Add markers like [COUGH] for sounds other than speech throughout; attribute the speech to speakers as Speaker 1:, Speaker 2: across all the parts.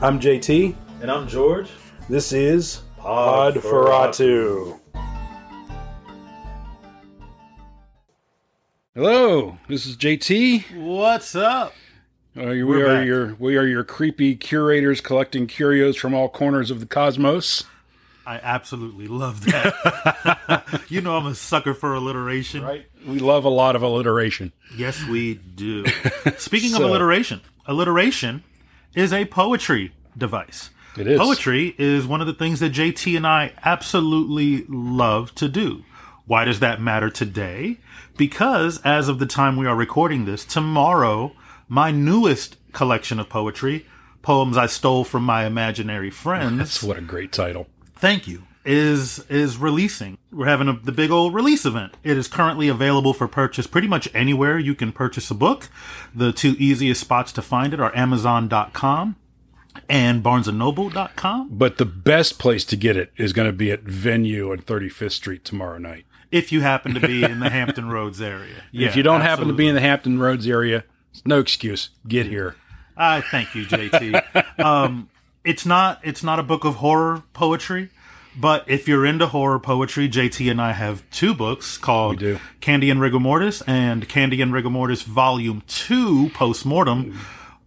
Speaker 1: I'm JT.
Speaker 2: And I'm George.
Speaker 1: This is
Speaker 2: Pod Ferratu.
Speaker 3: Hello, this is JT.
Speaker 4: What's up?
Speaker 3: Uh, we
Speaker 4: We're
Speaker 3: are
Speaker 4: back.
Speaker 3: your we are your creepy curators collecting curios from all corners of the cosmos.
Speaker 4: I absolutely love that. [LAUGHS] you know I'm a sucker for alliteration.
Speaker 3: Right? We love a lot of alliteration.
Speaker 4: Yes, we
Speaker 3: [LAUGHS]
Speaker 4: do. Speaking
Speaker 3: So-
Speaker 4: of alliteration, alliteration is a poetry device.
Speaker 3: It is.
Speaker 4: Poetry is one of the things that JT and I absolutely love to do. Why does that matter today? Because as of the time we are recording this, tomorrow, my newest collection of poetry, poems I stole from my imaginary friends,
Speaker 3: That's what a great title.
Speaker 4: thank you is is releasing we're having a, the big old release event it is currently available for purchase pretty much anywhere you can purchase a book the two easiest spots to find it are amazon.com and barnesandnoble.com
Speaker 3: But the best place to get it is going to be at Venue on 35th Street tomorrow night.
Speaker 4: if you happen to be in the hampton roads area
Speaker 3: if you don't happen to be in the Hampton Roads area, it's no excuse. Get here.
Speaker 4: I Uh, thank you, JT. um, it's not it's not a book of horror poetry, but if you're into horror poetry, JT and I have two books called
Speaker 3: do.
Speaker 4: Candy and Rigor Mortis and Candy and Rigor Mortis Volume Two Postmortem.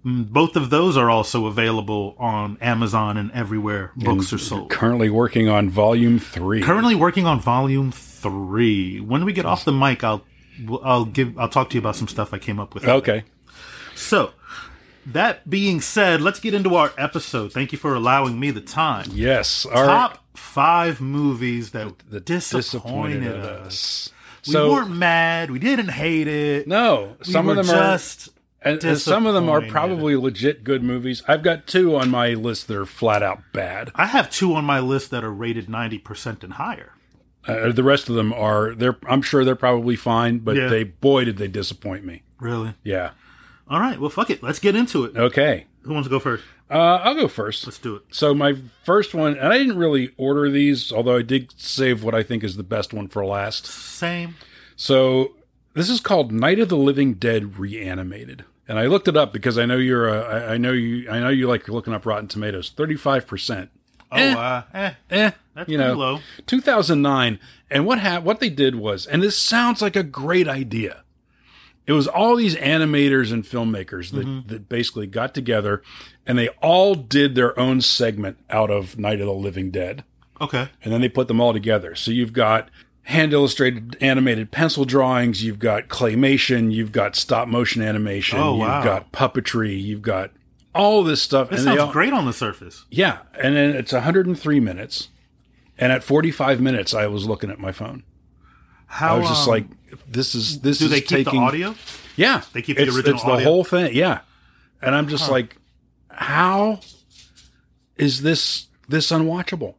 Speaker 4: Mm, Both of those are also available on Amazon and everywhere books are sold.
Speaker 3: Currently working on volume 3.
Speaker 4: Currently working on Volume Three. When we get off the mic, I'll I'll give I'll talk to you about some stuff I came up with.
Speaker 3: okay.
Speaker 4: So, that being said, let's get into our episode. Thank you for allowing me the time.
Speaker 3: Yes. Our
Speaker 4: Top five movies that
Speaker 3: the
Speaker 4: disappointed,
Speaker 3: disappointed
Speaker 4: us.
Speaker 3: us.
Speaker 4: We
Speaker 3: So
Speaker 4: weren't mad. We didn't hate it.
Speaker 3: no,
Speaker 4: we
Speaker 3: some
Speaker 4: were
Speaker 3: of them are
Speaker 4: just
Speaker 3: And, and some of them are
Speaker 4: Disappointed.
Speaker 3: probably legit good movies. I've got two on my list that are flat out bad.
Speaker 4: I have two on my list that are rated ninety percent and higher.
Speaker 3: Uh, the rest of them are they're I'm sure they're probably fine, but
Speaker 4: Yeah.
Speaker 3: they boy did they disappoint me.
Speaker 4: Really?
Speaker 3: Yeah.
Speaker 4: All right. Well, fuck it. Let's get into it.
Speaker 3: Okay.
Speaker 4: Who wants to go first?
Speaker 3: Uh, I'll go first.
Speaker 4: Let's do it.
Speaker 3: So my first one, and I didn't really order these, although I did save what I think is the best one for last.
Speaker 4: Same.
Speaker 3: So this is called Night of the Living Dead Reanimated, and I looked it up because I know you're a, I, I know you I know you like looking up Rotten Tomatoes, thirty five percent.
Speaker 4: Oh, uh, eh.
Speaker 3: Eh,
Speaker 4: That's
Speaker 3: you
Speaker 4: pretty
Speaker 3: know,
Speaker 4: low.
Speaker 3: 2009. And what ha- what they did was, and this sounds like a great idea. It was all these animators and filmmakers that,
Speaker 4: Mm-hmm.
Speaker 3: that basically got together, and they all did their own segment out of Night of the Living Dead
Speaker 4: Okay.
Speaker 3: and then they put them all together. So you've got hand illustrated animated pencil drawings, you've got claymation, you've got stop motion animation,
Speaker 4: Oh,
Speaker 3: you've
Speaker 4: wow.
Speaker 3: got puppetry, you've got all this stuff.
Speaker 4: That
Speaker 3: and they
Speaker 4: sounds
Speaker 3: all-
Speaker 4: great on the surface.
Speaker 3: Yeah, and then it's 103 minutes, and at 45 minutes, I was looking at my phone.
Speaker 4: How
Speaker 3: I was just
Speaker 4: um,
Speaker 3: like, "This is this
Speaker 4: do
Speaker 3: is
Speaker 4: they keep
Speaker 3: taking
Speaker 4: the audio?
Speaker 3: Yeah,
Speaker 4: They keep the
Speaker 3: it's,
Speaker 4: original
Speaker 3: It's the
Speaker 4: audio?
Speaker 3: whole thing. Yeah, and I'm just like, "How is this this unwatchable?"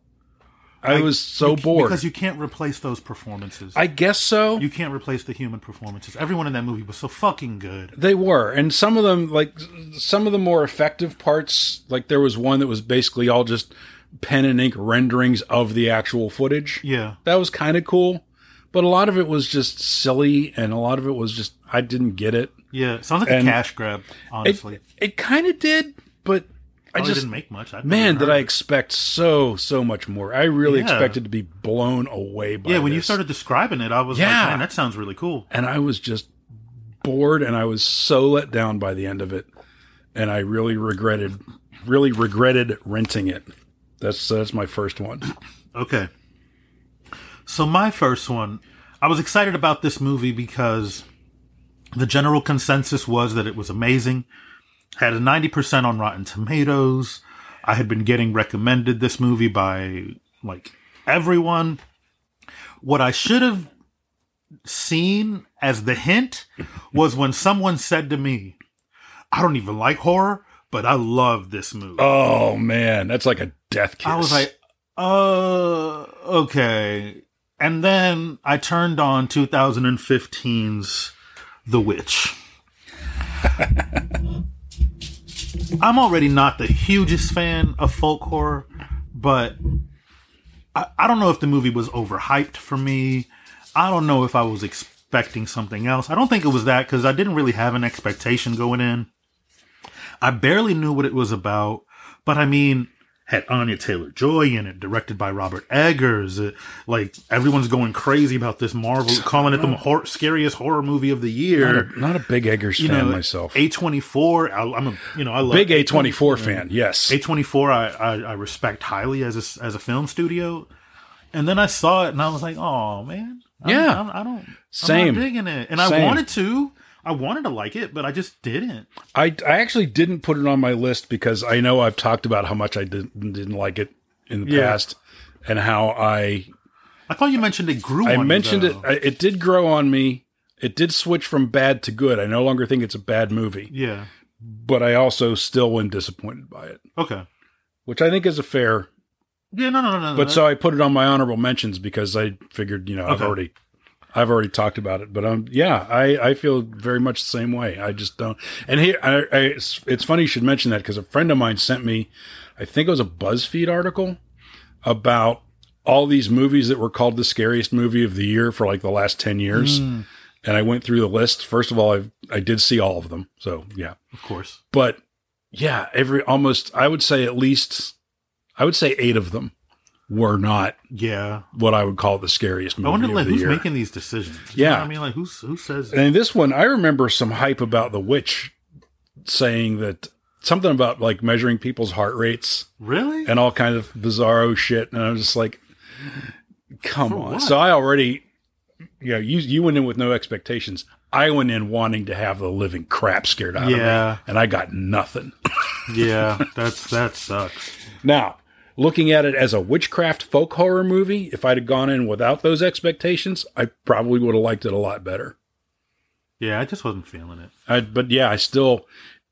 Speaker 3: I, was so bored.
Speaker 4: because you can't replace those performances.
Speaker 3: I guess so.
Speaker 4: You can't replace the human performances. Everyone in that movie was so fucking good.
Speaker 3: They were, and some of them, like some of the more effective parts, like there was one that was basically all just pen and ink renderings of the actual footage.
Speaker 4: Yeah.
Speaker 3: that was kind of cool, but a lot of it was just silly, and a lot of it was just I didn't get it.
Speaker 4: Yeah. Sounds like
Speaker 3: And-
Speaker 4: a cash grab,
Speaker 3: It,
Speaker 4: honestly.
Speaker 3: it kind of did, but I
Speaker 4: I
Speaker 3: just
Speaker 4: didn't make much. I
Speaker 3: man,
Speaker 4: did
Speaker 3: did I expect so so much more. I really
Speaker 4: Yeah.
Speaker 3: expected to be blown away by.
Speaker 4: Yeah, when you
Speaker 3: this.
Speaker 4: started describing it, I was
Speaker 3: Yeah.
Speaker 4: like, man, that sounds really cool.
Speaker 3: and I was just bored and I was so let down by the end of it and I really regretted really regretted renting it. That's that's my first one.
Speaker 4: Okay. So my first one, I was excited about this movie because the general consensus was that it was amazing. Had a 90% on Rotten Tomatoes. I had been getting recommended this movie by like everyone. What I should have seen as the hint was when someone said to me, I don't even like horror, but I love this movie.
Speaker 3: Oh man, that's like a death kiss.
Speaker 4: I was like, uh, okay. And then I turned on 2015's The Witch. I'm already not the hugest fan of folk horror, but I, I don't know if the movie was overhyped for me. I don't know if I was expecting something else. I don't think it was that because I didn't really have an expectation going in. I barely knew what it was about, But I mean, had Anya Taylor Joy in it, directed by Robert Eggers. It- like everyone's going crazy about this Marvel, calling it the hor- scariest horror movie of the
Speaker 3: Not
Speaker 4: year.
Speaker 3: a, not a big Eggers
Speaker 4: You
Speaker 3: fan
Speaker 4: know,
Speaker 3: myself.
Speaker 4: A twenty four. I'm a you know I love
Speaker 3: big A24 fan, yes.
Speaker 4: A twenty four. I I respect highly as a s- as a film studio. And then I saw it and I was like, oh man, I'm-
Speaker 3: Yeah.
Speaker 4: I'm, I don't I'm
Speaker 3: Same.
Speaker 4: not digging it, and I
Speaker 3: Same.
Speaker 4: wanted to. I wanted to like it, but I just didn't.
Speaker 3: I, I actually didn't put it on my list because I know I've talked about how much I didn't, didn't like it in the
Speaker 4: Yeah.
Speaker 3: past and how I
Speaker 4: I thought you mentioned it grew.
Speaker 3: I
Speaker 4: on you,
Speaker 3: mentioned it.
Speaker 4: though.
Speaker 3: I- It did grow on me. It did switch from bad to good. I no longer think it's a bad movie,
Speaker 4: yeah.
Speaker 3: but I also still am disappointed by it,
Speaker 4: Okay.
Speaker 3: which I think is a fair.
Speaker 4: Yeah. No. No. No. no, No.
Speaker 3: But so I put it on my honorable mentions because I figured, you know, I've
Speaker 4: Okay.
Speaker 3: already, I've already talked about it. But um, yeah, I I feel very much the same way. I just don't. And here, I, I, it's, it's funny you should mention that because a friend of mine sent me, I think it was a BuzzFeed article about all these movies that were called the scariest movie of the year for like the last ten years.
Speaker 4: Hmm. Mm,
Speaker 3: And I went through the list. First of all, I I did see all of them. So yeah,
Speaker 4: of course.
Speaker 3: but yeah, every almost I would say at least I would say eight of them were not
Speaker 4: Yeah.
Speaker 3: what I would call the scariest movie
Speaker 4: I wonder
Speaker 3: of
Speaker 4: like
Speaker 3: the
Speaker 4: who's
Speaker 3: year.
Speaker 4: making these decisions. You
Speaker 3: Yeah.
Speaker 4: know what I mean, like who's who says
Speaker 3: and this one, I remember some hype about The Witch saying that something about like measuring people's heart rates
Speaker 4: really?
Speaker 3: and all kinds of bizarro shit. And I was just like, come
Speaker 4: For
Speaker 3: on.
Speaker 4: what?
Speaker 3: So I already, you know, you, you went in with no expectations. I went in wanting to have the living crap scared out of
Speaker 4: Yeah.
Speaker 3: me. And I got nothing.
Speaker 4: yeah, that's that sucks.
Speaker 3: Now, looking at it as a witchcraft folk horror movie, if I'd have gone in without those expectations, I probably would have liked it a lot better.
Speaker 4: Yeah, I just wasn't feeling it.
Speaker 3: I, but yeah, I still,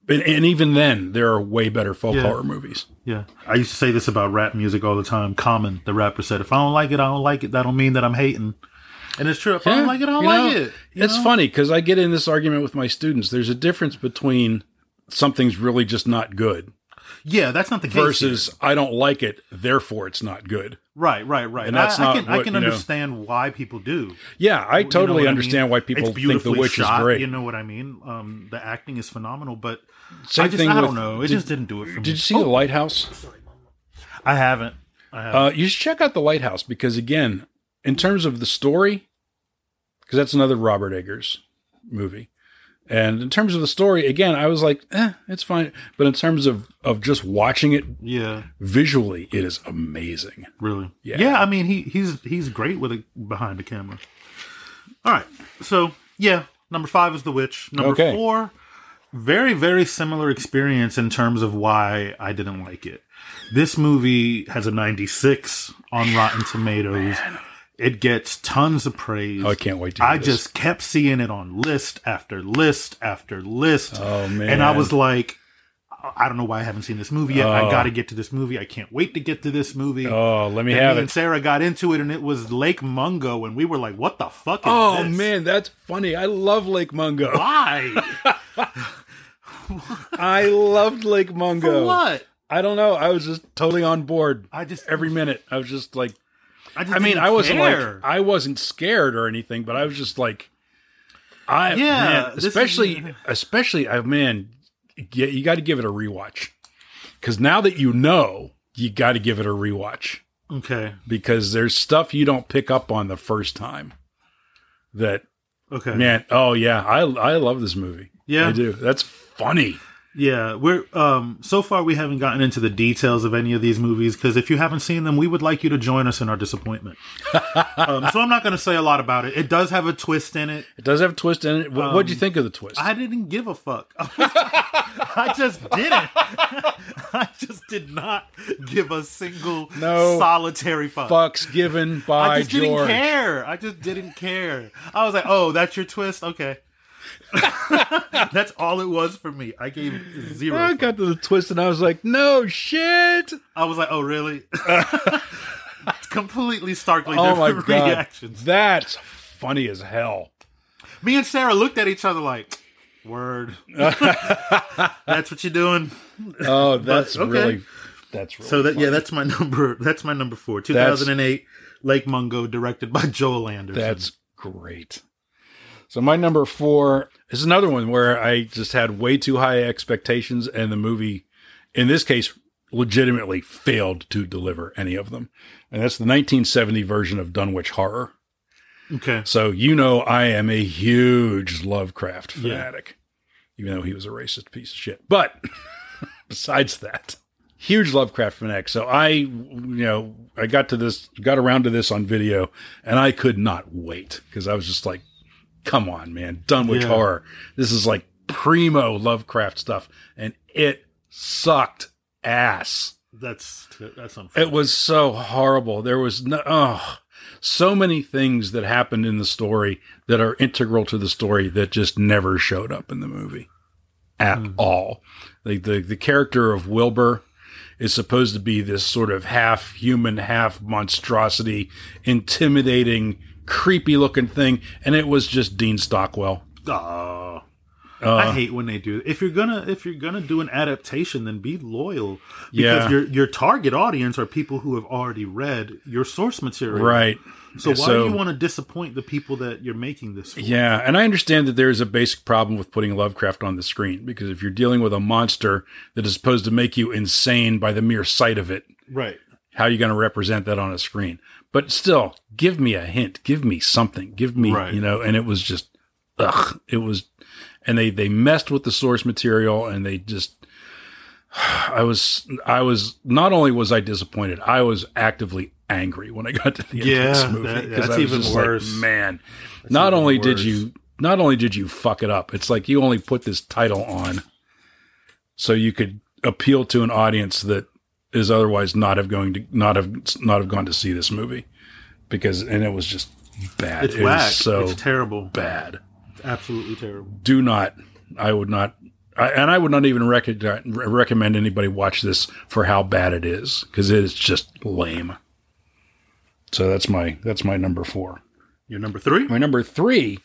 Speaker 3: and, and even then, there are way better folk
Speaker 4: Yeah.
Speaker 3: horror movies.
Speaker 4: Yeah. I used to say this about rap music all the time. Common, the rapper said, if I don't like it, I don't like it. That don't mean that I'm hating. And it's true. If I
Speaker 3: Yeah,
Speaker 4: don't like it, I don't
Speaker 3: you
Speaker 4: like
Speaker 3: know,
Speaker 4: it. you
Speaker 3: it's
Speaker 4: know?
Speaker 3: funny because I get in this argument with my students. There's a difference between something's really just not good
Speaker 4: Yeah, that's not the case.
Speaker 3: versus I don't like it, therefore it's not good.
Speaker 4: here. Right, right, right.
Speaker 3: And that's
Speaker 4: I,
Speaker 3: not
Speaker 4: I can, I
Speaker 3: what,
Speaker 4: can
Speaker 3: you know-
Speaker 4: understand why people do.
Speaker 3: Yeah, I
Speaker 4: You know
Speaker 3: totally
Speaker 4: what I
Speaker 3: understand
Speaker 4: mean?
Speaker 3: why people
Speaker 4: It's
Speaker 3: think The
Speaker 4: beautifully
Speaker 3: Witch
Speaker 4: shot,
Speaker 3: is great.
Speaker 4: You know what I mean? Um, the acting is phenomenal, but
Speaker 3: Same
Speaker 4: I just
Speaker 3: thing
Speaker 4: I
Speaker 3: with-
Speaker 4: don't know. It
Speaker 3: did-
Speaker 4: just Oh. didn't do it for me.
Speaker 3: Did you see The Lighthouse?
Speaker 4: I haven't. I haven't.
Speaker 3: Uh, you should check out the Lighthouse because, again, in terms of the story, because that's another Robert Eggers movie, and in terms of the story, again, I was like, eh, it's fine. But in terms of of just watching it
Speaker 4: yeah.
Speaker 3: visually, it is amazing.
Speaker 4: Really?
Speaker 3: Yeah.
Speaker 4: Yeah. I mean, he he's he's great with it behind the camera. All right. So yeah, number five is the witch. Number
Speaker 3: Okay.
Speaker 4: four, very very similar experience in terms of why I didn't like it. This movie has a 96 on Rotten Tomatoes. It gets tons of praise.
Speaker 3: Oh, I can't wait to. Hear
Speaker 4: I
Speaker 3: this.
Speaker 4: just kept seeing it on list after list after list.
Speaker 3: Oh, man.
Speaker 4: And I was like, I I don't know why I haven't seen this movie yet.
Speaker 3: Oh.
Speaker 4: I got to get to this movie. I can't wait to get to this movie.
Speaker 3: oh, let me
Speaker 4: and
Speaker 3: have
Speaker 4: me
Speaker 3: it.
Speaker 4: and Sarah got into it, and it was Lake Mungo, and we were like, "What the fuck?" Is
Speaker 3: oh
Speaker 4: this?
Speaker 3: man, that's funny. I love Lake Mungo. [LAUGHS]
Speaker 4: why?
Speaker 3: I loved Lake Mungo.
Speaker 4: For what?
Speaker 3: I don't know. I was just totally on board.
Speaker 4: I just
Speaker 3: Every minute, I was just like,
Speaker 4: I, just
Speaker 3: I mean,
Speaker 4: didn't
Speaker 3: I wasn't
Speaker 4: care.
Speaker 3: like I wasn't scared or anything, but I was just like, I
Speaker 4: Yeah,
Speaker 3: man,
Speaker 4: this is-
Speaker 3: especially especially I man, yeah, you got to give it a rewatch because now that you know, you got to give it a rewatch
Speaker 4: okay,
Speaker 3: because there's stuff you don't pick up on the first time. That
Speaker 4: okay,
Speaker 3: man, oh yeah, I I love this movie.
Speaker 4: Yeah.
Speaker 3: I do. That's funny.
Speaker 4: yeah. We're um so far we haven't gotten into the details of any of these movies because if you haven't seen them, we would like you to join us in
Speaker 3: [LAUGHS]
Speaker 4: our disappointment. um, so I'm not going to say a lot about it. It does have a twist in it.
Speaker 3: It does have a twist in it. What, what'd you think of the twist?
Speaker 4: I didn't give a fuck. [LAUGHS] I just didn't. [LAUGHS] I just did not give a single
Speaker 3: No
Speaker 4: solitary fuck.
Speaker 3: Fucks given by
Speaker 4: I just
Speaker 3: George.
Speaker 4: didn't care. I just didn't care. I was like, "Oh, that's your twist. Okay." [LAUGHS] that's all it was for me. I gave zero.
Speaker 3: I got to the twist and I was like, no shit.
Speaker 4: I was like,
Speaker 3: [LAUGHS]
Speaker 4: "Oh, really?" Completely starkly
Speaker 3: Oh my
Speaker 4: [LAUGHS] different
Speaker 3: god,
Speaker 4: reactions.
Speaker 3: that's funny as hell.
Speaker 4: Me and Sarah looked at each other like,
Speaker 3: [LAUGHS]
Speaker 4: "Word." that's what you're doing.
Speaker 3: Oh, that's
Speaker 4: okay.
Speaker 3: really, that's really.
Speaker 4: So that yeah, that's my number. That's my number four. Two thousand and eight, Lake Mungo, directed by Joel Anderson.
Speaker 3: that's great. So my number four is another one where I just had way too high expectations, and the movie, in this case, legitimately failed to deliver any of them. And that's the 1970 version of Dunwich Horror.
Speaker 4: Okay.
Speaker 3: So you know I am a huge Lovecraft
Speaker 4: Yeah.
Speaker 3: fanatic, even though he was a racist piece of shit. But [LAUGHS] besides that, huge Lovecraft fanatic. So I, you know, I got to this, got around to this on video, and I could not wait because I was just like, "Come on, man, Dunwich
Speaker 4: Yeah.
Speaker 3: Horror. This is like primo Lovecraft stuff," and it sucked ass.
Speaker 4: That's that's unfortunate.
Speaker 3: It was so horrible. There was no, oh, so many things that happened in the story that are integral to the story that just never showed up in the movie at all. Like the, the character of Wilbur is supposed to be this sort of half human, half monstrosity, intimidating, creepy looking thing. And it was just Dean Stockwell.
Speaker 4: Aw.
Speaker 3: Uh.
Speaker 4: I hate when they do. If you're gonna if you're gonna do an adaptation, then be loyal because
Speaker 3: Yeah.
Speaker 4: your your target audience are people who have already read your source material.
Speaker 3: Right.
Speaker 4: So why do you want to disappoint the people that you're making this for?
Speaker 3: Yeah, and I understand that there is a basic problem with putting Lovecraft on the screen because if you're dealing with a monster that is supposed to make you insane by the mere sight of it,
Speaker 4: Right.
Speaker 3: how are you going to represent that on a screen? But still, give me a hint, give me something, give me,
Speaker 4: Right.
Speaker 3: you know, and it was just ugh, it was and they they messed with the source material and they just [SIGHS] I was I was not only was I disappointed, I was actively angry when I got to the end
Speaker 4: Yeah,
Speaker 3: of this movie.
Speaker 4: that-
Speaker 3: 'cause
Speaker 4: that's
Speaker 3: I was
Speaker 4: even
Speaker 3: just like,
Speaker 4: worse.
Speaker 3: man, not only did
Speaker 4: worse.
Speaker 3: you not only did you fuck it up, it's like you only put this title on so you could appeal to an audience that is otherwise not have going to not have not have gone to see this movie because and it was just bad.
Speaker 4: It's
Speaker 3: it
Speaker 4: whack.
Speaker 3: was so
Speaker 4: it's terrible.
Speaker 3: bad
Speaker 4: It's absolutely terrible.
Speaker 3: do not i would not I, and i would not even rec- recommend anybody watch this for how bad it is because it is just lame so that's my that's my number four
Speaker 4: Your number three?
Speaker 3: my number three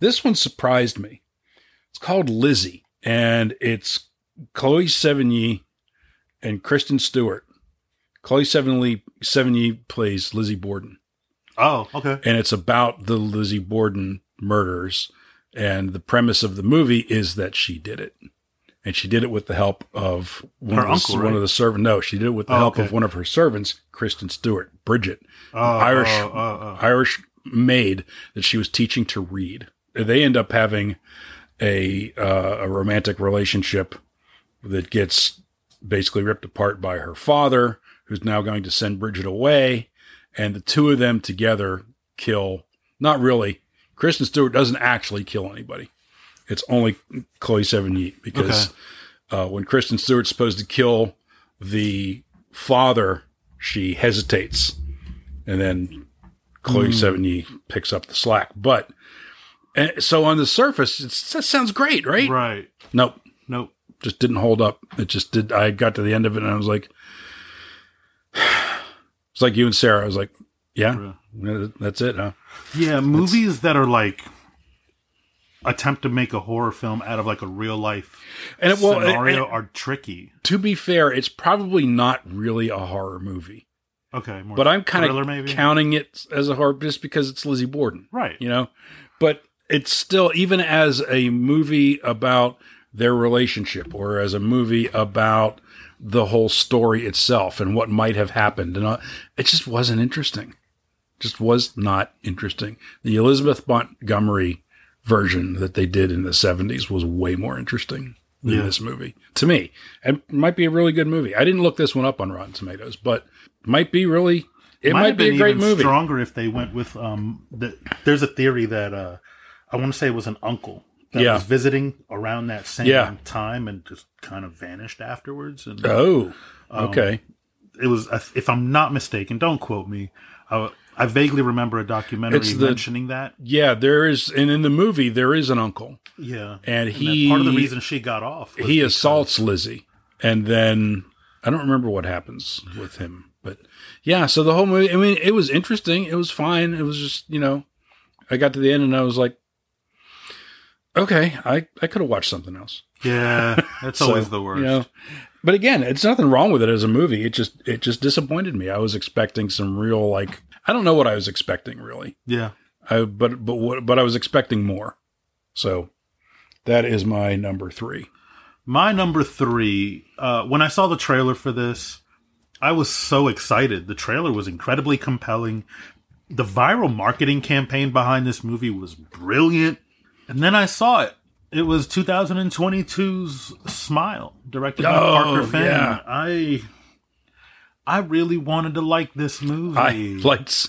Speaker 3: this one surprised me it's called lizzie and it's chloe sevigny and kristen stewart chloe sevigny, sevigny plays lizzie borden
Speaker 4: Oh, okay.
Speaker 3: and it's about the Lizzie Borden murders. And the premise of the movie is that she did it, and she did it with the help of one
Speaker 4: Her
Speaker 3: of the,
Speaker 4: uncle, right?
Speaker 3: one of the servants. No, she did it with the
Speaker 4: Oh,
Speaker 3: help of
Speaker 4: okay.
Speaker 3: one of her servants, Kristen Stewart, Bridget,
Speaker 4: Oh,
Speaker 3: Irish-
Speaker 4: oh, oh, oh.
Speaker 3: Irish maid that she was teaching to read. They end up having a uh, a romantic relationship that gets basically ripped apart by her father, who's now going to send Bridget away, and the two of them together kill. Not really. Kristen Stewart doesn't actually kill anybody. It's only Chloe Sevigny because uh, when Kristen Stewart's supposed to kill the father, she hesitates, and then
Speaker 4: Hmm.
Speaker 3: Chloe Sevigny picks up the slack. But and so on the surface, it's, that sounds great, right?
Speaker 4: Right.
Speaker 3: Nope,
Speaker 4: Nope.
Speaker 3: just didn't hold up. It just did. I got to the end of it and I was like, [SIGHS] it's like you and Sarah. I was like, yeah, yeah, that's it, huh?
Speaker 4: Yeah, movies that are like attempt to make a horror film out of like a real life
Speaker 3: And it, well, and-
Speaker 4: scenario
Speaker 3: and
Speaker 4: are tricky.
Speaker 3: to be fair, it's probably not really a horror movie,
Speaker 4: Okay, more
Speaker 3: but I'm kind
Speaker 4: thriller maybe?
Speaker 3: of counting it as a horror just because it's Lizzie Borden.
Speaker 4: right.
Speaker 3: you know but it's still even as a movie about their relationship or as a movie about the whole story itself and what might have happened and uh, it just wasn't interesting just was not interesting the elizabeth montgomery version that they did in the 70s was way more interesting than
Speaker 4: Yeah.
Speaker 3: this movie to me and it might be a really good movie i didn't look this one up on rotten tomatoes but might be really it might,
Speaker 4: have
Speaker 3: be
Speaker 4: been
Speaker 3: a great
Speaker 4: even
Speaker 3: movie
Speaker 4: Stronger if they went with um. The, there's a theory that uh, I want to say it was an uncle that
Speaker 3: Yeah.
Speaker 4: was visiting around that same
Speaker 3: Yeah.
Speaker 4: time and just kind of vanished afterwards. And
Speaker 3: oh
Speaker 4: Um,
Speaker 3: okay
Speaker 4: it was, if I'm not mistaken, don't quote me. I, I vaguely remember a documentary
Speaker 3: It's the-
Speaker 4: mentioning that.
Speaker 3: Yeah, there is, and in the movie there is an uncle,
Speaker 4: Yeah,
Speaker 3: and
Speaker 4: that
Speaker 3: he
Speaker 4: part of the reason she got off. was
Speaker 3: he
Speaker 4: because-
Speaker 3: assaults Lizzie, and then I don't remember what happens with him, but yeah. So the whole movie, I mean, it was interesting. It was fine. It was just you know, I got to the end and I was like, okay, I I could have watched something else.
Speaker 4: Yeah,
Speaker 3: [LAUGHS]
Speaker 4: that's
Speaker 3: So,
Speaker 4: always the worst.
Speaker 3: You know, but again, it's nothing wrong with it as a movie. It just it just disappointed me. I was expecting some real like I don't know what I was expecting really.
Speaker 4: Yeah.
Speaker 3: I but but what but I was expecting more. So that is my number three.
Speaker 4: My number three, uh, when I saw the trailer for this, I was so excited. The trailer was incredibly compelling. The viral marketing campaign behind this movie was brilliant. And then I saw it. It was 2022's Smile, directed by
Speaker 3: Oh,
Speaker 4: Parker Finn.
Speaker 3: yeah.
Speaker 4: I I really wanted to like this movie
Speaker 3: I liked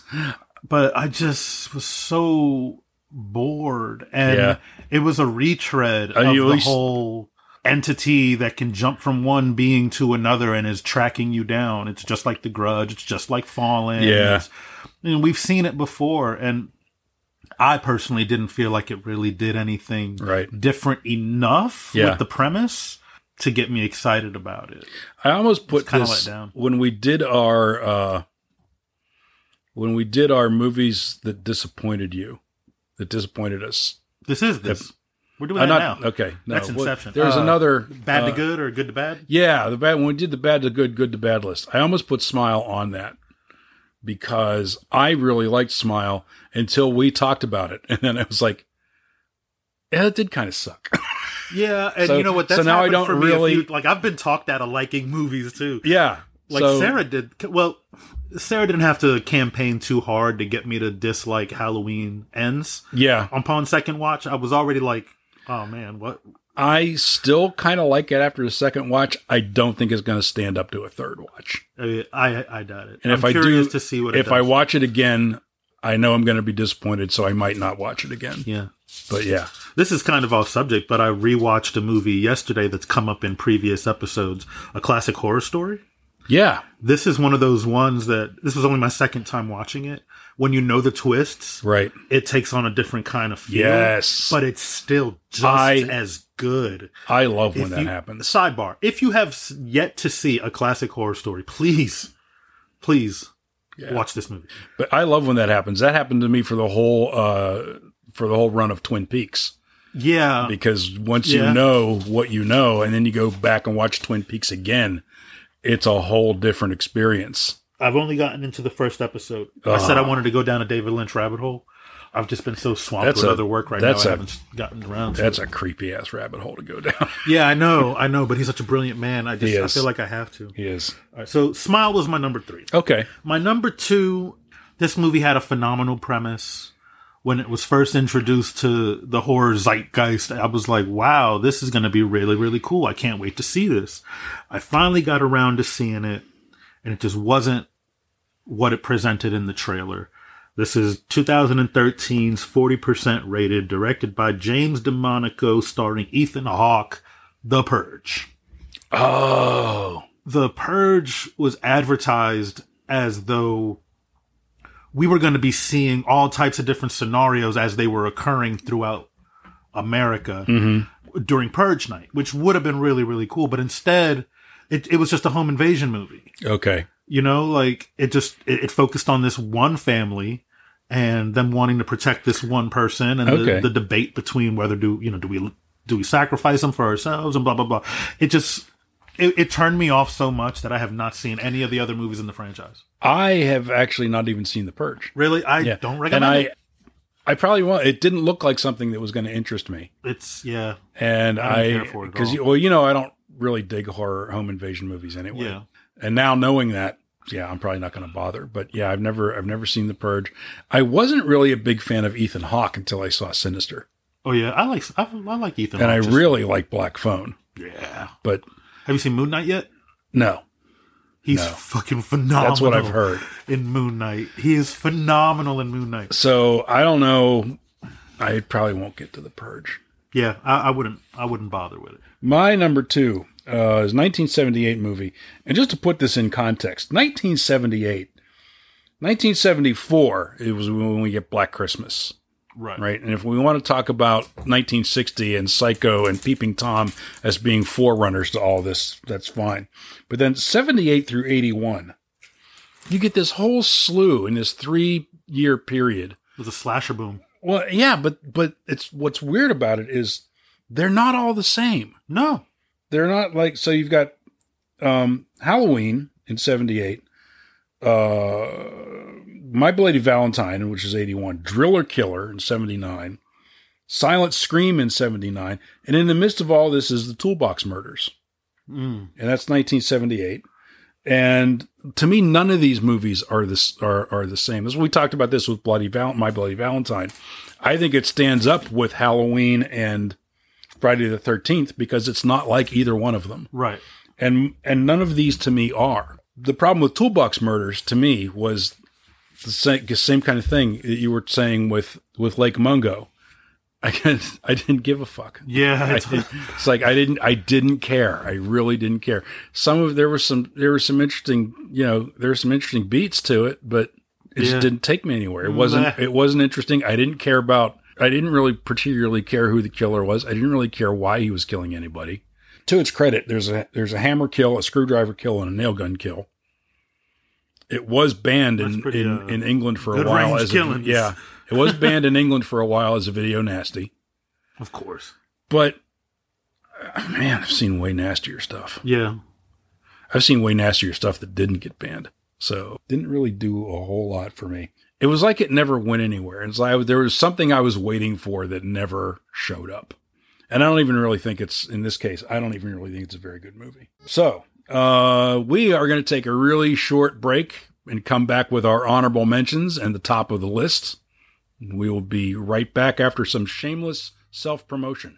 Speaker 4: but I just was so bored, and
Speaker 3: Yeah.
Speaker 4: it was a retread
Speaker 3: And
Speaker 4: of
Speaker 3: you
Speaker 4: the
Speaker 3: at least-
Speaker 4: whole entity that can jump from one being to another and is tracking you down. It's just like the Grudge. It's just like Fallen.
Speaker 3: Yeah.
Speaker 4: It's- and we've seen it before, and I personally didn't feel like it really did anything
Speaker 3: right.
Speaker 4: different enough
Speaker 3: Yeah.
Speaker 4: with the premise to get me excited about it.
Speaker 3: I almost put
Speaker 4: kinda
Speaker 3: this
Speaker 4: let down.
Speaker 3: when we did our uh, when we did our movies that disappointed you, that disappointed us.
Speaker 4: This is this. We're doing
Speaker 3: Uh,
Speaker 4: that
Speaker 3: not-
Speaker 4: now.
Speaker 3: Okay, no,
Speaker 4: That's
Speaker 3: what-
Speaker 4: Inception.
Speaker 3: There's
Speaker 4: Uh,
Speaker 3: another
Speaker 4: Bad
Speaker 3: uh,
Speaker 4: to good or good to bad?
Speaker 3: Yeah, the bad when we did the bad to good, good to bad list. I almost put Smile on that because I really liked Smile until we talked about it, [LAUGHS] and then I was like, "Yeah, it did kind of suck." [LAUGHS]
Speaker 4: Yeah, and
Speaker 3: So-
Speaker 4: you know what?
Speaker 3: so
Speaker 4: That's
Speaker 3: now I
Speaker 4: happened
Speaker 3: don't
Speaker 4: for me a
Speaker 3: really-
Speaker 4: few- like I've been talked out of liking movies too.
Speaker 3: yeah,
Speaker 4: Like
Speaker 3: so-
Speaker 4: Sarah did. Well, Sarah didn't have to campaign too hard to get me to dislike Halloween Ends.
Speaker 3: Yeah,
Speaker 4: Upon second watch, I was already like, "Oh man, what?"
Speaker 3: I still kind of like it after the second watch. I don't think it's going to stand up to a third watch.
Speaker 4: I mean, I I doubt it.
Speaker 3: And
Speaker 4: I'm
Speaker 3: if I
Speaker 4: curious
Speaker 3: do-
Speaker 4: to see what it
Speaker 3: If I
Speaker 4: does.
Speaker 3: watch it again, I know I'm going to be disappointed, so I might not watch it again.
Speaker 4: yeah.
Speaker 3: But yeah,
Speaker 4: This is kind of off subject, but I rewatched a movie yesterday that's come up in previous episodes, a classic horror story.
Speaker 3: yeah,
Speaker 4: This is one of those ones that this was only my second time watching it. When you know the twists,
Speaker 3: right.
Speaker 4: it takes on a different kind of feel.
Speaker 3: Yes.
Speaker 4: but it's still just
Speaker 3: I-
Speaker 4: as good.
Speaker 3: I love when
Speaker 4: If
Speaker 3: that
Speaker 4: you-
Speaker 3: happens.
Speaker 4: Sidebar: If you have s- yet to see a classic horror story, please, please watch this movie.
Speaker 3: But I love when that happens. That happened to me for the whole uh, for the whole run of Twin Peaks
Speaker 4: Yeah,
Speaker 3: because once
Speaker 4: Yeah.
Speaker 3: you know what you know, and then you go back and watch Twin Peaks again, it's a whole different experience.
Speaker 4: I've only gotten into the first episode. I said
Speaker 3: Ah.
Speaker 4: I wanted to go down a David Lynch rabbit hole. I've just been so swamped
Speaker 3: That's
Speaker 4: with
Speaker 3: a-
Speaker 4: other work right now.
Speaker 3: that's
Speaker 4: I I
Speaker 3: a-
Speaker 4: haven't gotten around to. it.
Speaker 3: That's a creepy ass rabbit hole to go down. [LAUGHS]
Speaker 4: Yeah, I know, I know, but he's such a brilliant man. I just
Speaker 3: He
Speaker 4: I
Speaker 3: is.
Speaker 4: feel like I have to.
Speaker 3: he is
Speaker 4: All right, so Smile was my number three.
Speaker 3: okay.
Speaker 4: My number two, this movie had a phenomenal premise. When it was first introduced to the horror zeitgeist, I was like, wow, this is going to be really, really cool. I can't wait to see this. I finally got around to seeing it, and it just wasn't what it presented in the trailer. This is 2013's 40% Rated, directed by James DeMonico, starring Ethan Hawke, The Purge.
Speaker 3: Oh,
Speaker 4: The Purge was advertised as though we were going to be seeing all types of different scenarios as they were occurring throughout America during Purge night, which would have been really, really cool. But instead, it, it was just a home invasion movie.
Speaker 3: okay.
Speaker 4: You know, like it just it, it focused on this one family and them wanting to protect this one person and
Speaker 3: Okay.
Speaker 4: the, the debate between whether do you know do we do we sacrifice them for ourselves and blah blah blah. It just it, it turned me off so much that I have not seen any of the other movies in the franchise.
Speaker 3: I have actually not even seen The Purge.
Speaker 4: Really, I
Speaker 3: Yeah.
Speaker 4: don't
Speaker 3: And
Speaker 4: recommend
Speaker 3: I,
Speaker 4: it.
Speaker 3: I probably won't. It didn't look like something that was going to interest me.
Speaker 4: It's yeah,
Speaker 3: And
Speaker 4: I don't
Speaker 3: I,
Speaker 4: care for it at
Speaker 3: because
Speaker 4: all.
Speaker 3: well, you know, I don't really dig horror home invasion movies anyway.
Speaker 4: yeah.
Speaker 3: And now knowing that, yeah, I'm probably not going to bother. But yeah, I've never, I've never seen The Purge. I wasn't really a big fan of Ethan Hawke until I saw Sinister,
Speaker 4: Oh yeah, I like I, I like Ethan.
Speaker 3: and I
Speaker 4: Hawke, Oh, just-
Speaker 3: really like Black Phone.
Speaker 4: yeah.
Speaker 3: But
Speaker 4: Have you seen Moon Knight yet?
Speaker 3: no,
Speaker 4: He's
Speaker 3: No.
Speaker 4: fucking phenomenal.
Speaker 3: that's what I've heard.
Speaker 4: in Moon Knight. He is phenomenal in Moon Knight.
Speaker 3: So I don't know. I probably won't get to The Purge.
Speaker 4: Yeah, I, I wouldn't. I wouldn't bother with it.
Speaker 3: My number two uh, is 1978 movie, and just to put this in context, 1978, 1974, it was when we get Black Christmas,
Speaker 4: Right.
Speaker 3: right? And if we want to talk about 1960 and Psycho and Peeping Tom as being forerunners to all this, that's fine. But then 78 through 81, you get this whole slew in this three-year period
Speaker 4: It was a slasher boom.
Speaker 3: well, yeah, but but it's what's weird about it is they're not all the same.
Speaker 4: No.
Speaker 3: They're not like so you've got um Halloween in 78, uh My Bloody Valentine which is 81, Driller Killer in 79, Silent Scream in 79. And in the midst of all this is the Toolbox Murders.
Speaker 4: Mm.
Speaker 3: And that's 1978. And to me, none of these movies are this are, are the same. As we talked about this with Bloody Val- My Bloody Valentine, I think it stands up with Halloween and Friday the Thirteenth because it's not like either one of them
Speaker 4: Right.
Speaker 3: and and none of these to me are. The problem with toolbox murders to me was the same, the same kind of thing that you were saying with with Lake Mungo. I didn't, I didn't give a fuck.
Speaker 4: Yeah.
Speaker 3: I
Speaker 4: [LAUGHS] it's-
Speaker 3: didn't- it's like I didn't I didn't care. I really didn't care. Some of there was some there were some interesting you know there were some interesting beats to it, but it
Speaker 4: Yeah.
Speaker 3: just didn't take me anywhere. It wasn't
Speaker 4: Meh.
Speaker 3: it wasn't interesting. I didn't care about. I didn't really particularly care who the killer was. I didn't really care why he was killing anybody. To its credit, there's a there's a hammer kill, a screwdriver kill, and a nail gun kill. It was banned
Speaker 4: That's
Speaker 3: in,
Speaker 4: pretty,
Speaker 3: in,
Speaker 4: uh,
Speaker 3: in England for a
Speaker 4: good
Speaker 3: while
Speaker 4: range
Speaker 3: as
Speaker 4: killings.
Speaker 3: A, yeah, it was banned in England for a while as a video nasty
Speaker 4: of course.
Speaker 3: but uh, man, I've seen way nastier stuff.
Speaker 4: Yeah.
Speaker 3: I've seen way nastier stuff that didn't get banned. So didn't really do a whole lot for me. It was like it never went anywhere. It's like I, was- there was something I was waiting for that never showed up. And I don't even really think it's in this case. I don't even really think it's a very good movie. So uh, we are going to take a really short break and come back with our honorable mentions and the top of the list. We will be right back after some shameless self promotion.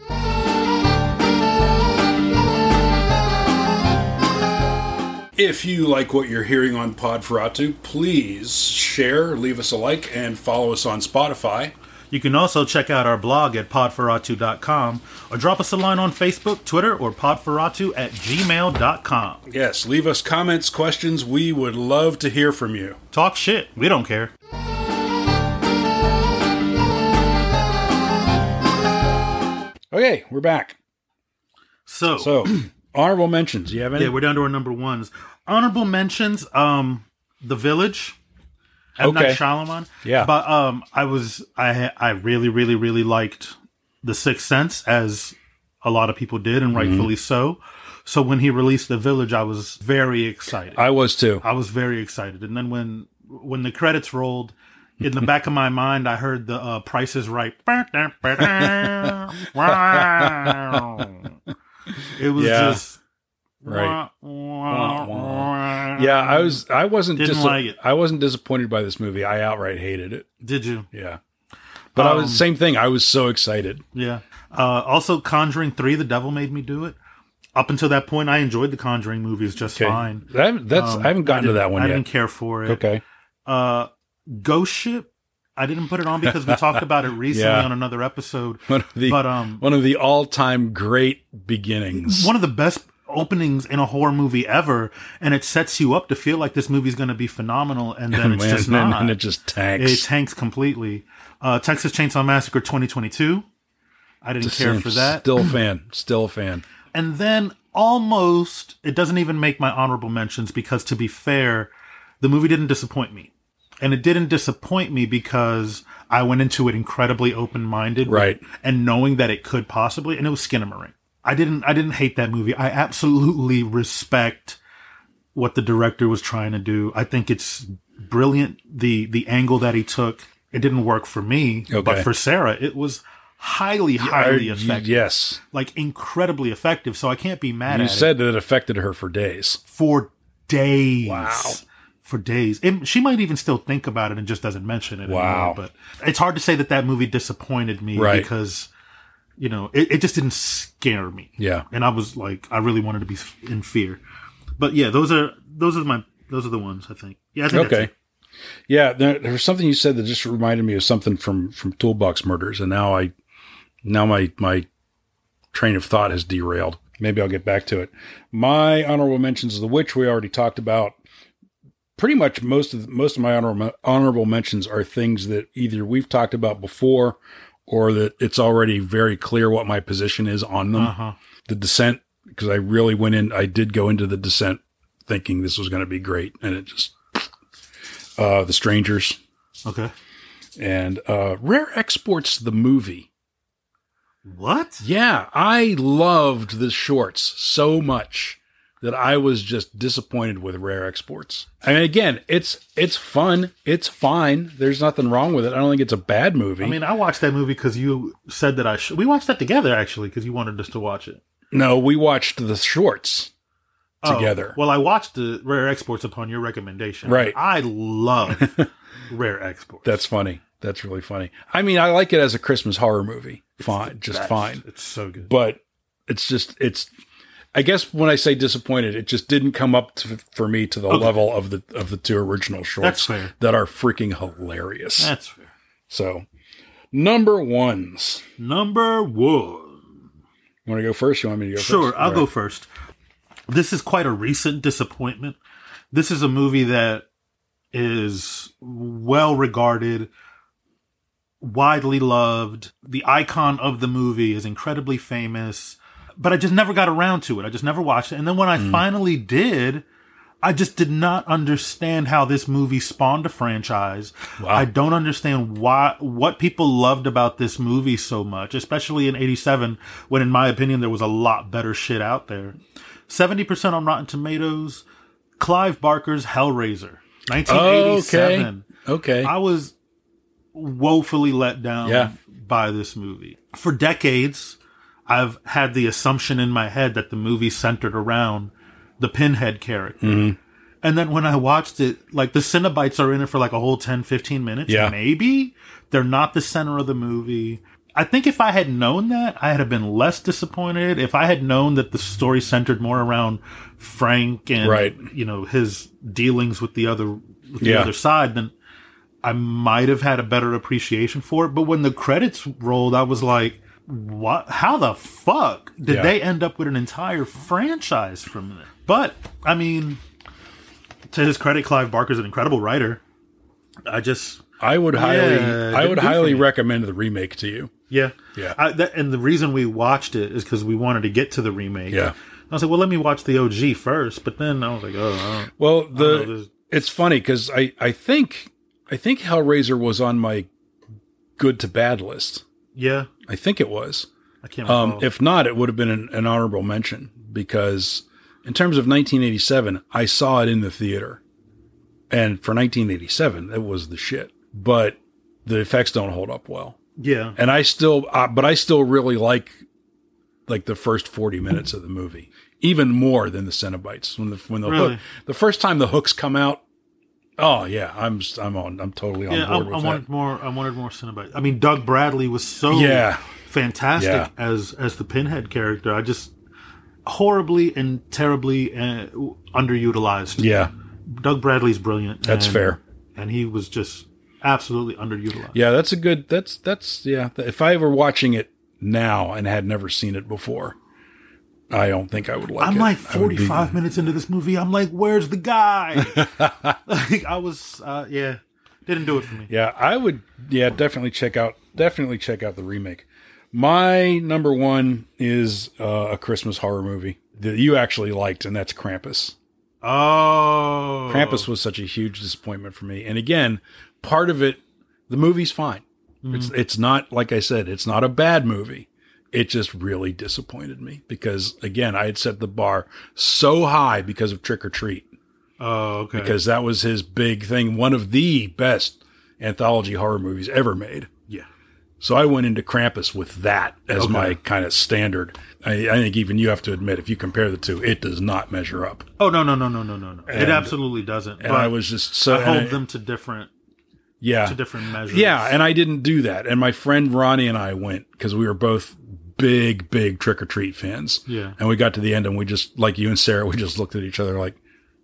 Speaker 3: If you like what you're hearing on Podferatu, please share, leave us a like, and follow us on Spotify.
Speaker 4: You can also check out our blog at podferatu.com or drop us a line on Facebook, Twitter, or podferatu at gmail.com.
Speaker 3: Yes, leave us comments, questions. We would love to hear from you.
Speaker 4: Talk shit. We don't care.
Speaker 3: Okay, we're back.
Speaker 4: So, [CLEARS THROAT]
Speaker 3: So, honorable mentions. Do you have any?
Speaker 4: yeah, we're down to our number ones. Honorable mentions, um, The Village. M. Night
Speaker 3: Okay.
Speaker 4: Shyamalan.
Speaker 3: Yeah.
Speaker 4: But um I was I I really, really, really liked The Sixth Sense, as a lot of people did,
Speaker 3: Mm-hmm.
Speaker 4: and rightfully so. So when he released The Village, I was very excited.
Speaker 3: I was too.
Speaker 4: I was very excited, and then when when the credits rolled, in the back of my mind, I heard the uh, Price is Right. [LAUGHS] it was
Speaker 3: Yeah.
Speaker 4: just
Speaker 3: Right.
Speaker 4: Wah, wah.
Speaker 3: Yeah, I was. I wasn't.
Speaker 4: Didn't
Speaker 3: dis-
Speaker 4: like it.
Speaker 3: I wasn't disappointed by this movie. I outright hated it.
Speaker 4: Did you?
Speaker 3: Yeah, but I was
Speaker 4: Um,
Speaker 3: same thing. I was so excited.
Speaker 4: Yeah. Uh, also, Conjuring Three, The Devil Made Me Do It. Up until that point, I enjoyed the Conjuring movies just
Speaker 3: Okay.
Speaker 4: fine.
Speaker 3: That, that's.
Speaker 4: Um,
Speaker 3: I haven't gotten to
Speaker 4: didn't-
Speaker 3: that one
Speaker 4: I
Speaker 3: yet.
Speaker 4: didn't care for it.
Speaker 3: Okay.
Speaker 4: Uh, Ghost Ship. I didn't put it on because we talked
Speaker 3: [LAUGHS]
Speaker 4: about it recently
Speaker 3: Yeah.
Speaker 4: on another episode.
Speaker 3: One of the
Speaker 4: But um,
Speaker 3: one of the all-time great beginnings.
Speaker 4: one of the best openings in a horror movie ever, and it sets you up to feel like this movie's going to be phenomenal,
Speaker 3: [LAUGHS]
Speaker 4: and then it's
Speaker 3: Man,
Speaker 4: just
Speaker 3: and, then-
Speaker 4: not.
Speaker 3: and it just tanks.
Speaker 4: It tanks completely. Uh, Texas Chainsaw Massacre 2022. I didn't care for that.
Speaker 3: Still a fan. Still a fan.
Speaker 4: And then almost, it doesn't even make my honorable mentions because, to be fair, the movie didn't disappoint me. And it didn't disappoint me because I went into it incredibly open minded,
Speaker 3: Right.
Speaker 4: And knowing that it could possibly, and it was Skinnamarink. I didn't, I didn't hate that movie. I absolutely respect what the director was trying to do. I think it's brilliant. The the angle that he took, it didn't work for me, but
Speaker 3: Okay.
Speaker 4: for Sarah, it was highly, highly
Speaker 3: I-
Speaker 4: effective
Speaker 3: Yes.
Speaker 4: like incredibly effective. So I can't be mad
Speaker 3: You
Speaker 4: at it
Speaker 3: said that it affected her for days.
Speaker 4: for days.
Speaker 3: Wow.
Speaker 4: For days. It, she might even still think about it and just doesn't mention it.
Speaker 3: Wow.
Speaker 4: Anymore, but it's hard to say that that movie disappointed me
Speaker 3: Right.
Speaker 4: because, you know, it, it just didn't scare me.
Speaker 3: Yeah.
Speaker 4: And I was like, I really wanted to be f- in fear. But yeah, those are, those are my, those are the ones I think. Yeah. I think that's
Speaker 3: Okay.
Speaker 4: it.
Speaker 3: Yeah, there, there was something you said that just reminded me of something from from Toolbox Murders, and now I, now my my train of thought has derailed. Maybe I'll get back to it. My honorable mentions of the witch we already talked about. Pretty much most of most of my honorable honorable mentions are things that either we've talked about before, or that it's already very clear what my position is on them.
Speaker 4: Uh-huh.
Speaker 3: The descent, because I really went in. I did go into the descent thinking this was going to be great, and it just. Uh, the strangers
Speaker 4: Okay.
Speaker 3: and uh, Rare exports the movie.
Speaker 4: What?
Speaker 3: Yeah, I loved the shorts so much. that I was just disappointed with rare exports. I mean, again, it's it's fun, it's fine. There's nothing wrong with it. I don't think it's a bad movie.
Speaker 4: I mean, I watched that movie because you said that I should. We watched that together actually because you wanted us to watch it
Speaker 3: no, we watched the shorts
Speaker 4: Oh,
Speaker 3: together.
Speaker 4: well, I watched the Rare Exports upon your recommendation.
Speaker 3: Right.
Speaker 4: I
Speaker 3: [LAUGHS]
Speaker 4: love Rare Exports.
Speaker 3: That's funny. That's really funny. I mean, I like it as a Christmas horror movie. Fine, just
Speaker 4: That's-
Speaker 3: fine.
Speaker 4: It's so good.
Speaker 3: But it's just it's. I guess when I say disappointed, it just didn't come up to, for me to the level of the of the two original
Speaker 4: That's
Speaker 3: shorts
Speaker 4: fair.
Speaker 3: that are freaking hilarious.
Speaker 4: That's fair.
Speaker 3: So, number ones.
Speaker 4: Number one.
Speaker 3: You want to go first? You want me to go first?
Speaker 4: Sure, i I'll
Speaker 3: All
Speaker 4: go
Speaker 3: right.
Speaker 4: first. This is quite a recent disappointment. This is a movie that is well regarded, widely loved. The icon of the movie is incredibly famous, but I just never got around to it. I just never watched it. And then when I finally did, I just did not understand how this movie spawned a franchise. I don't understand why what people loved about this movie so much, especially in 87 when in my opinion there was a lot better shit out there. 70% on Rotten Tomatoes, Clive Barker's Hellraiser, 1987.
Speaker 3: Okay.
Speaker 4: I was woefully let down
Speaker 3: Yeah.
Speaker 4: by this movie. For decades, I've had the assumption in my head that the movie centered around the Pinhead character.
Speaker 3: Mm-hmm.
Speaker 4: And then when I watched it, like the Cenobites are in it for like a whole 10, 15 minutes.
Speaker 3: Yeah.
Speaker 4: Maybe they're not the center of the movie. I think if I had known that, I had have been less disappointed. If I had known that the story centered more around Frank and
Speaker 3: Right.
Speaker 4: you know his dealings with the other with the
Speaker 3: Yeah.
Speaker 4: other side, then I might have had a better appreciation for it. But when the credits rolled, I was like, what? How the fuck did
Speaker 3: Yeah.
Speaker 4: they end up with an entire franchise from this? But, I mean, to his credit, Clive Barker's an incredible writer. I just,
Speaker 3: I would highly,
Speaker 4: Yeah,
Speaker 3: I would
Speaker 4: good for
Speaker 3: highly
Speaker 4: you.
Speaker 3: recommend the remake to you.
Speaker 4: yeah.
Speaker 3: Yeah.
Speaker 4: I, that, and the reason we watched it is because we wanted to get to the remake.
Speaker 3: Yeah.
Speaker 4: I was like, well, let me watch the OG first. But then I was like, oh, I don't-
Speaker 3: Well,
Speaker 4: I know
Speaker 3: the
Speaker 4: this-
Speaker 3: it's funny because I I think I think Hellraiser was on my good to bad list.
Speaker 4: yeah.
Speaker 3: I think it was.
Speaker 4: I can't
Speaker 3: Um,
Speaker 4: recall.
Speaker 3: If not, it would have been an, an honorable mention because in terms of 1987, I saw it in the theater, and for 1987, it was the shit. But the effects don't hold up well,
Speaker 4: yeah.
Speaker 3: and I still, uh, but I still really like like the first 40 minutes of the movie even more than the Cenobites when the when the
Speaker 4: Really?
Speaker 3: hook, the first time the hooks come out. Oh yeah, I'm s- I'm on I'm totally on
Speaker 4: Yeah, I,
Speaker 3: board
Speaker 4: I
Speaker 3: with that.
Speaker 4: wanted more. I wanted more Cinnabite. I mean, Doug Bradley was so
Speaker 3: Yeah.
Speaker 4: fantastic
Speaker 3: Yeah.
Speaker 4: as as the Pinhead character. I just horribly and terribly uh, underutilized.
Speaker 3: Yeah,
Speaker 4: Doug Bradley's brilliant.
Speaker 3: That's
Speaker 4: and-
Speaker 3: fair.
Speaker 4: and he was just absolutely underutilized.
Speaker 3: yeah, that's a good that's that's yeah. If I were watching it now and had never seen it before, I don't think I would like.
Speaker 4: I'm
Speaker 3: it.
Speaker 4: like
Speaker 3: I would be-
Speaker 4: 45 minutes into this movie. I'm like, where's the guy?
Speaker 3: [LAUGHS]
Speaker 4: like, I was, uh, yeah, didn't do it for me.
Speaker 3: Yeah, I would. Yeah, definitely check out. Definitely check out the remake. My number one is uh, a Christmas horror movie that you actually liked, and that's Krampus.
Speaker 4: Oh,
Speaker 3: Krampus was such a huge disappointment for me. And again, part of it, the movie's fine. It's it's not like I said, it's not a bad movie. It just really disappointed me because again, I had set the bar so high because of Trick or Treat
Speaker 4: Oh, okay.
Speaker 3: because that was his big thing, one of the best anthology horror movies ever made.
Speaker 4: yeah.
Speaker 3: So I went into Krampus with that as my kind of standard. I, I think even you have to admit, if you compare the two, it does not measure up.
Speaker 4: Oh no no no no no no no! It absolutely doesn't.
Speaker 3: And I was just so
Speaker 4: I hold
Speaker 3: and I-
Speaker 4: them to different
Speaker 3: yeah
Speaker 4: to different measures.
Speaker 3: Yeah, and I didn't do that. And my friend Ronnie and I went because we were both big, big trick or treat fans.
Speaker 4: Yeah.
Speaker 3: And we got to the end and we just, like you and Sarah, we just looked at each other like,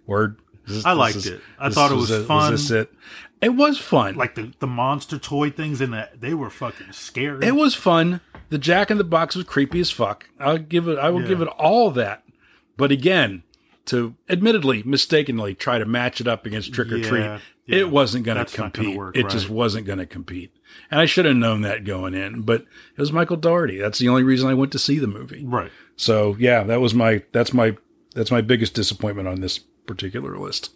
Speaker 3: word. Is this-
Speaker 4: I
Speaker 3: this
Speaker 4: liked
Speaker 3: is-
Speaker 4: it. I
Speaker 3: this
Speaker 4: thought it was
Speaker 3: is
Speaker 4: fun.
Speaker 3: Is this it? It was fun.
Speaker 4: like the the monster toy things in that they were fucking scary.
Speaker 3: it was fun. The Jack in the Box was creepy as fuck. I'll give it. I will
Speaker 4: Yeah.
Speaker 3: give it all that. But again, to admittedly mistakenly try to match it up against Trick or Treat,
Speaker 4: Yeah, yeah.
Speaker 3: it wasn't going to
Speaker 4: That's not
Speaker 3: compete.
Speaker 4: gonna work,
Speaker 3: it just
Speaker 4: right.
Speaker 3: wasn't going to compete. And I should have known that going in. But it was Michael Dougherty. That's the only reason I went to see the movie.
Speaker 4: right.
Speaker 3: So yeah, that was my. That's my. That's my biggest disappointment on this particular list.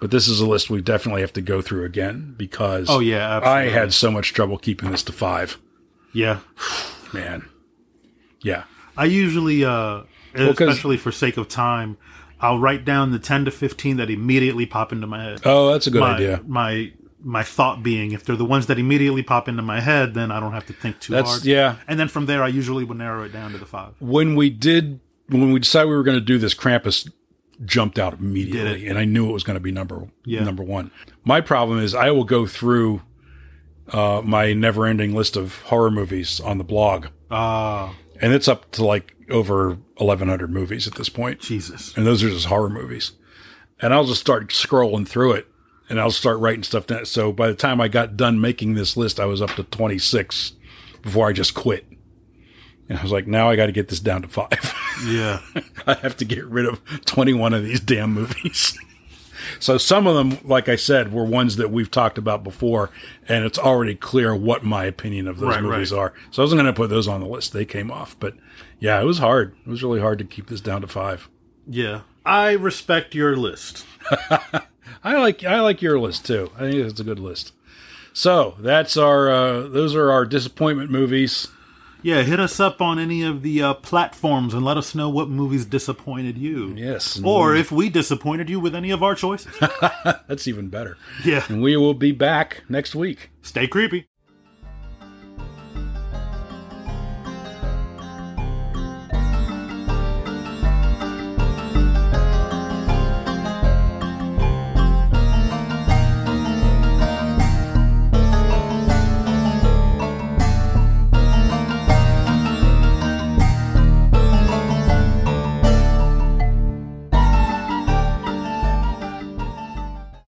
Speaker 3: But this is a list we definitely have to go through again because
Speaker 4: Oh
Speaker 3: I
Speaker 4: yeah, absolutely.
Speaker 3: had so much trouble keeping this to five
Speaker 4: yeah.
Speaker 3: man. Yeah.
Speaker 4: I uh, usually, uh,
Speaker 3: Well, 'cause-
Speaker 4: especially for sake of time, I'll write down the 10 to 15 that immediately pop into my head.
Speaker 3: Oh, that's a good
Speaker 4: my,
Speaker 3: idea.
Speaker 4: My my thought being, if they're the ones that immediately pop into my head, then I don't have to think too
Speaker 3: That's-
Speaker 4: hard.
Speaker 3: yeah.
Speaker 4: And then from there, I usually would narrow it down to the five.
Speaker 3: When we did, when we decided we were going to do this, Krampus jumped out
Speaker 4: Did
Speaker 3: immediately, and I knew it was going to be number
Speaker 4: Yeah.
Speaker 3: number one. My problem is I will go through uh, my never-ending list of horror movies on the blog,
Speaker 4: Ah,
Speaker 3: and it's up to like over 1,100 movies at this point.
Speaker 4: Jesus.
Speaker 3: and those are just horror movies. And I'll just start scrolling through it, and I'll start writing stuff down. So by the time I got done making this list, I was up to twenty six before I just quit. And I was like, now I got to get this down to five. [LAUGHS]
Speaker 4: Yeah.
Speaker 3: I have to get rid of twenty one of these damn movies. [LAUGHS] so some of them, like I said, were ones that we've talked about before, and it's already clear what my opinion of those
Speaker 4: Right,
Speaker 3: movies
Speaker 4: right.
Speaker 3: are. So I wasn't going to put those on the list; they came off. But yeah, it was hard. It was really hard to keep this down to five.
Speaker 4: Yeah. I respect your list.
Speaker 3: I like I like your list too. I think it's a good list. So that's our uh, those are our disappointment movies.
Speaker 4: Yeah, hit us up on any of the uh, platforms and let us know what movies disappointed you.
Speaker 3: Yes,
Speaker 4: Or if we disappointed you with any of our choices.
Speaker 3: that's even better.
Speaker 4: yeah.
Speaker 3: And we will be back next week.
Speaker 4: Stay creepy.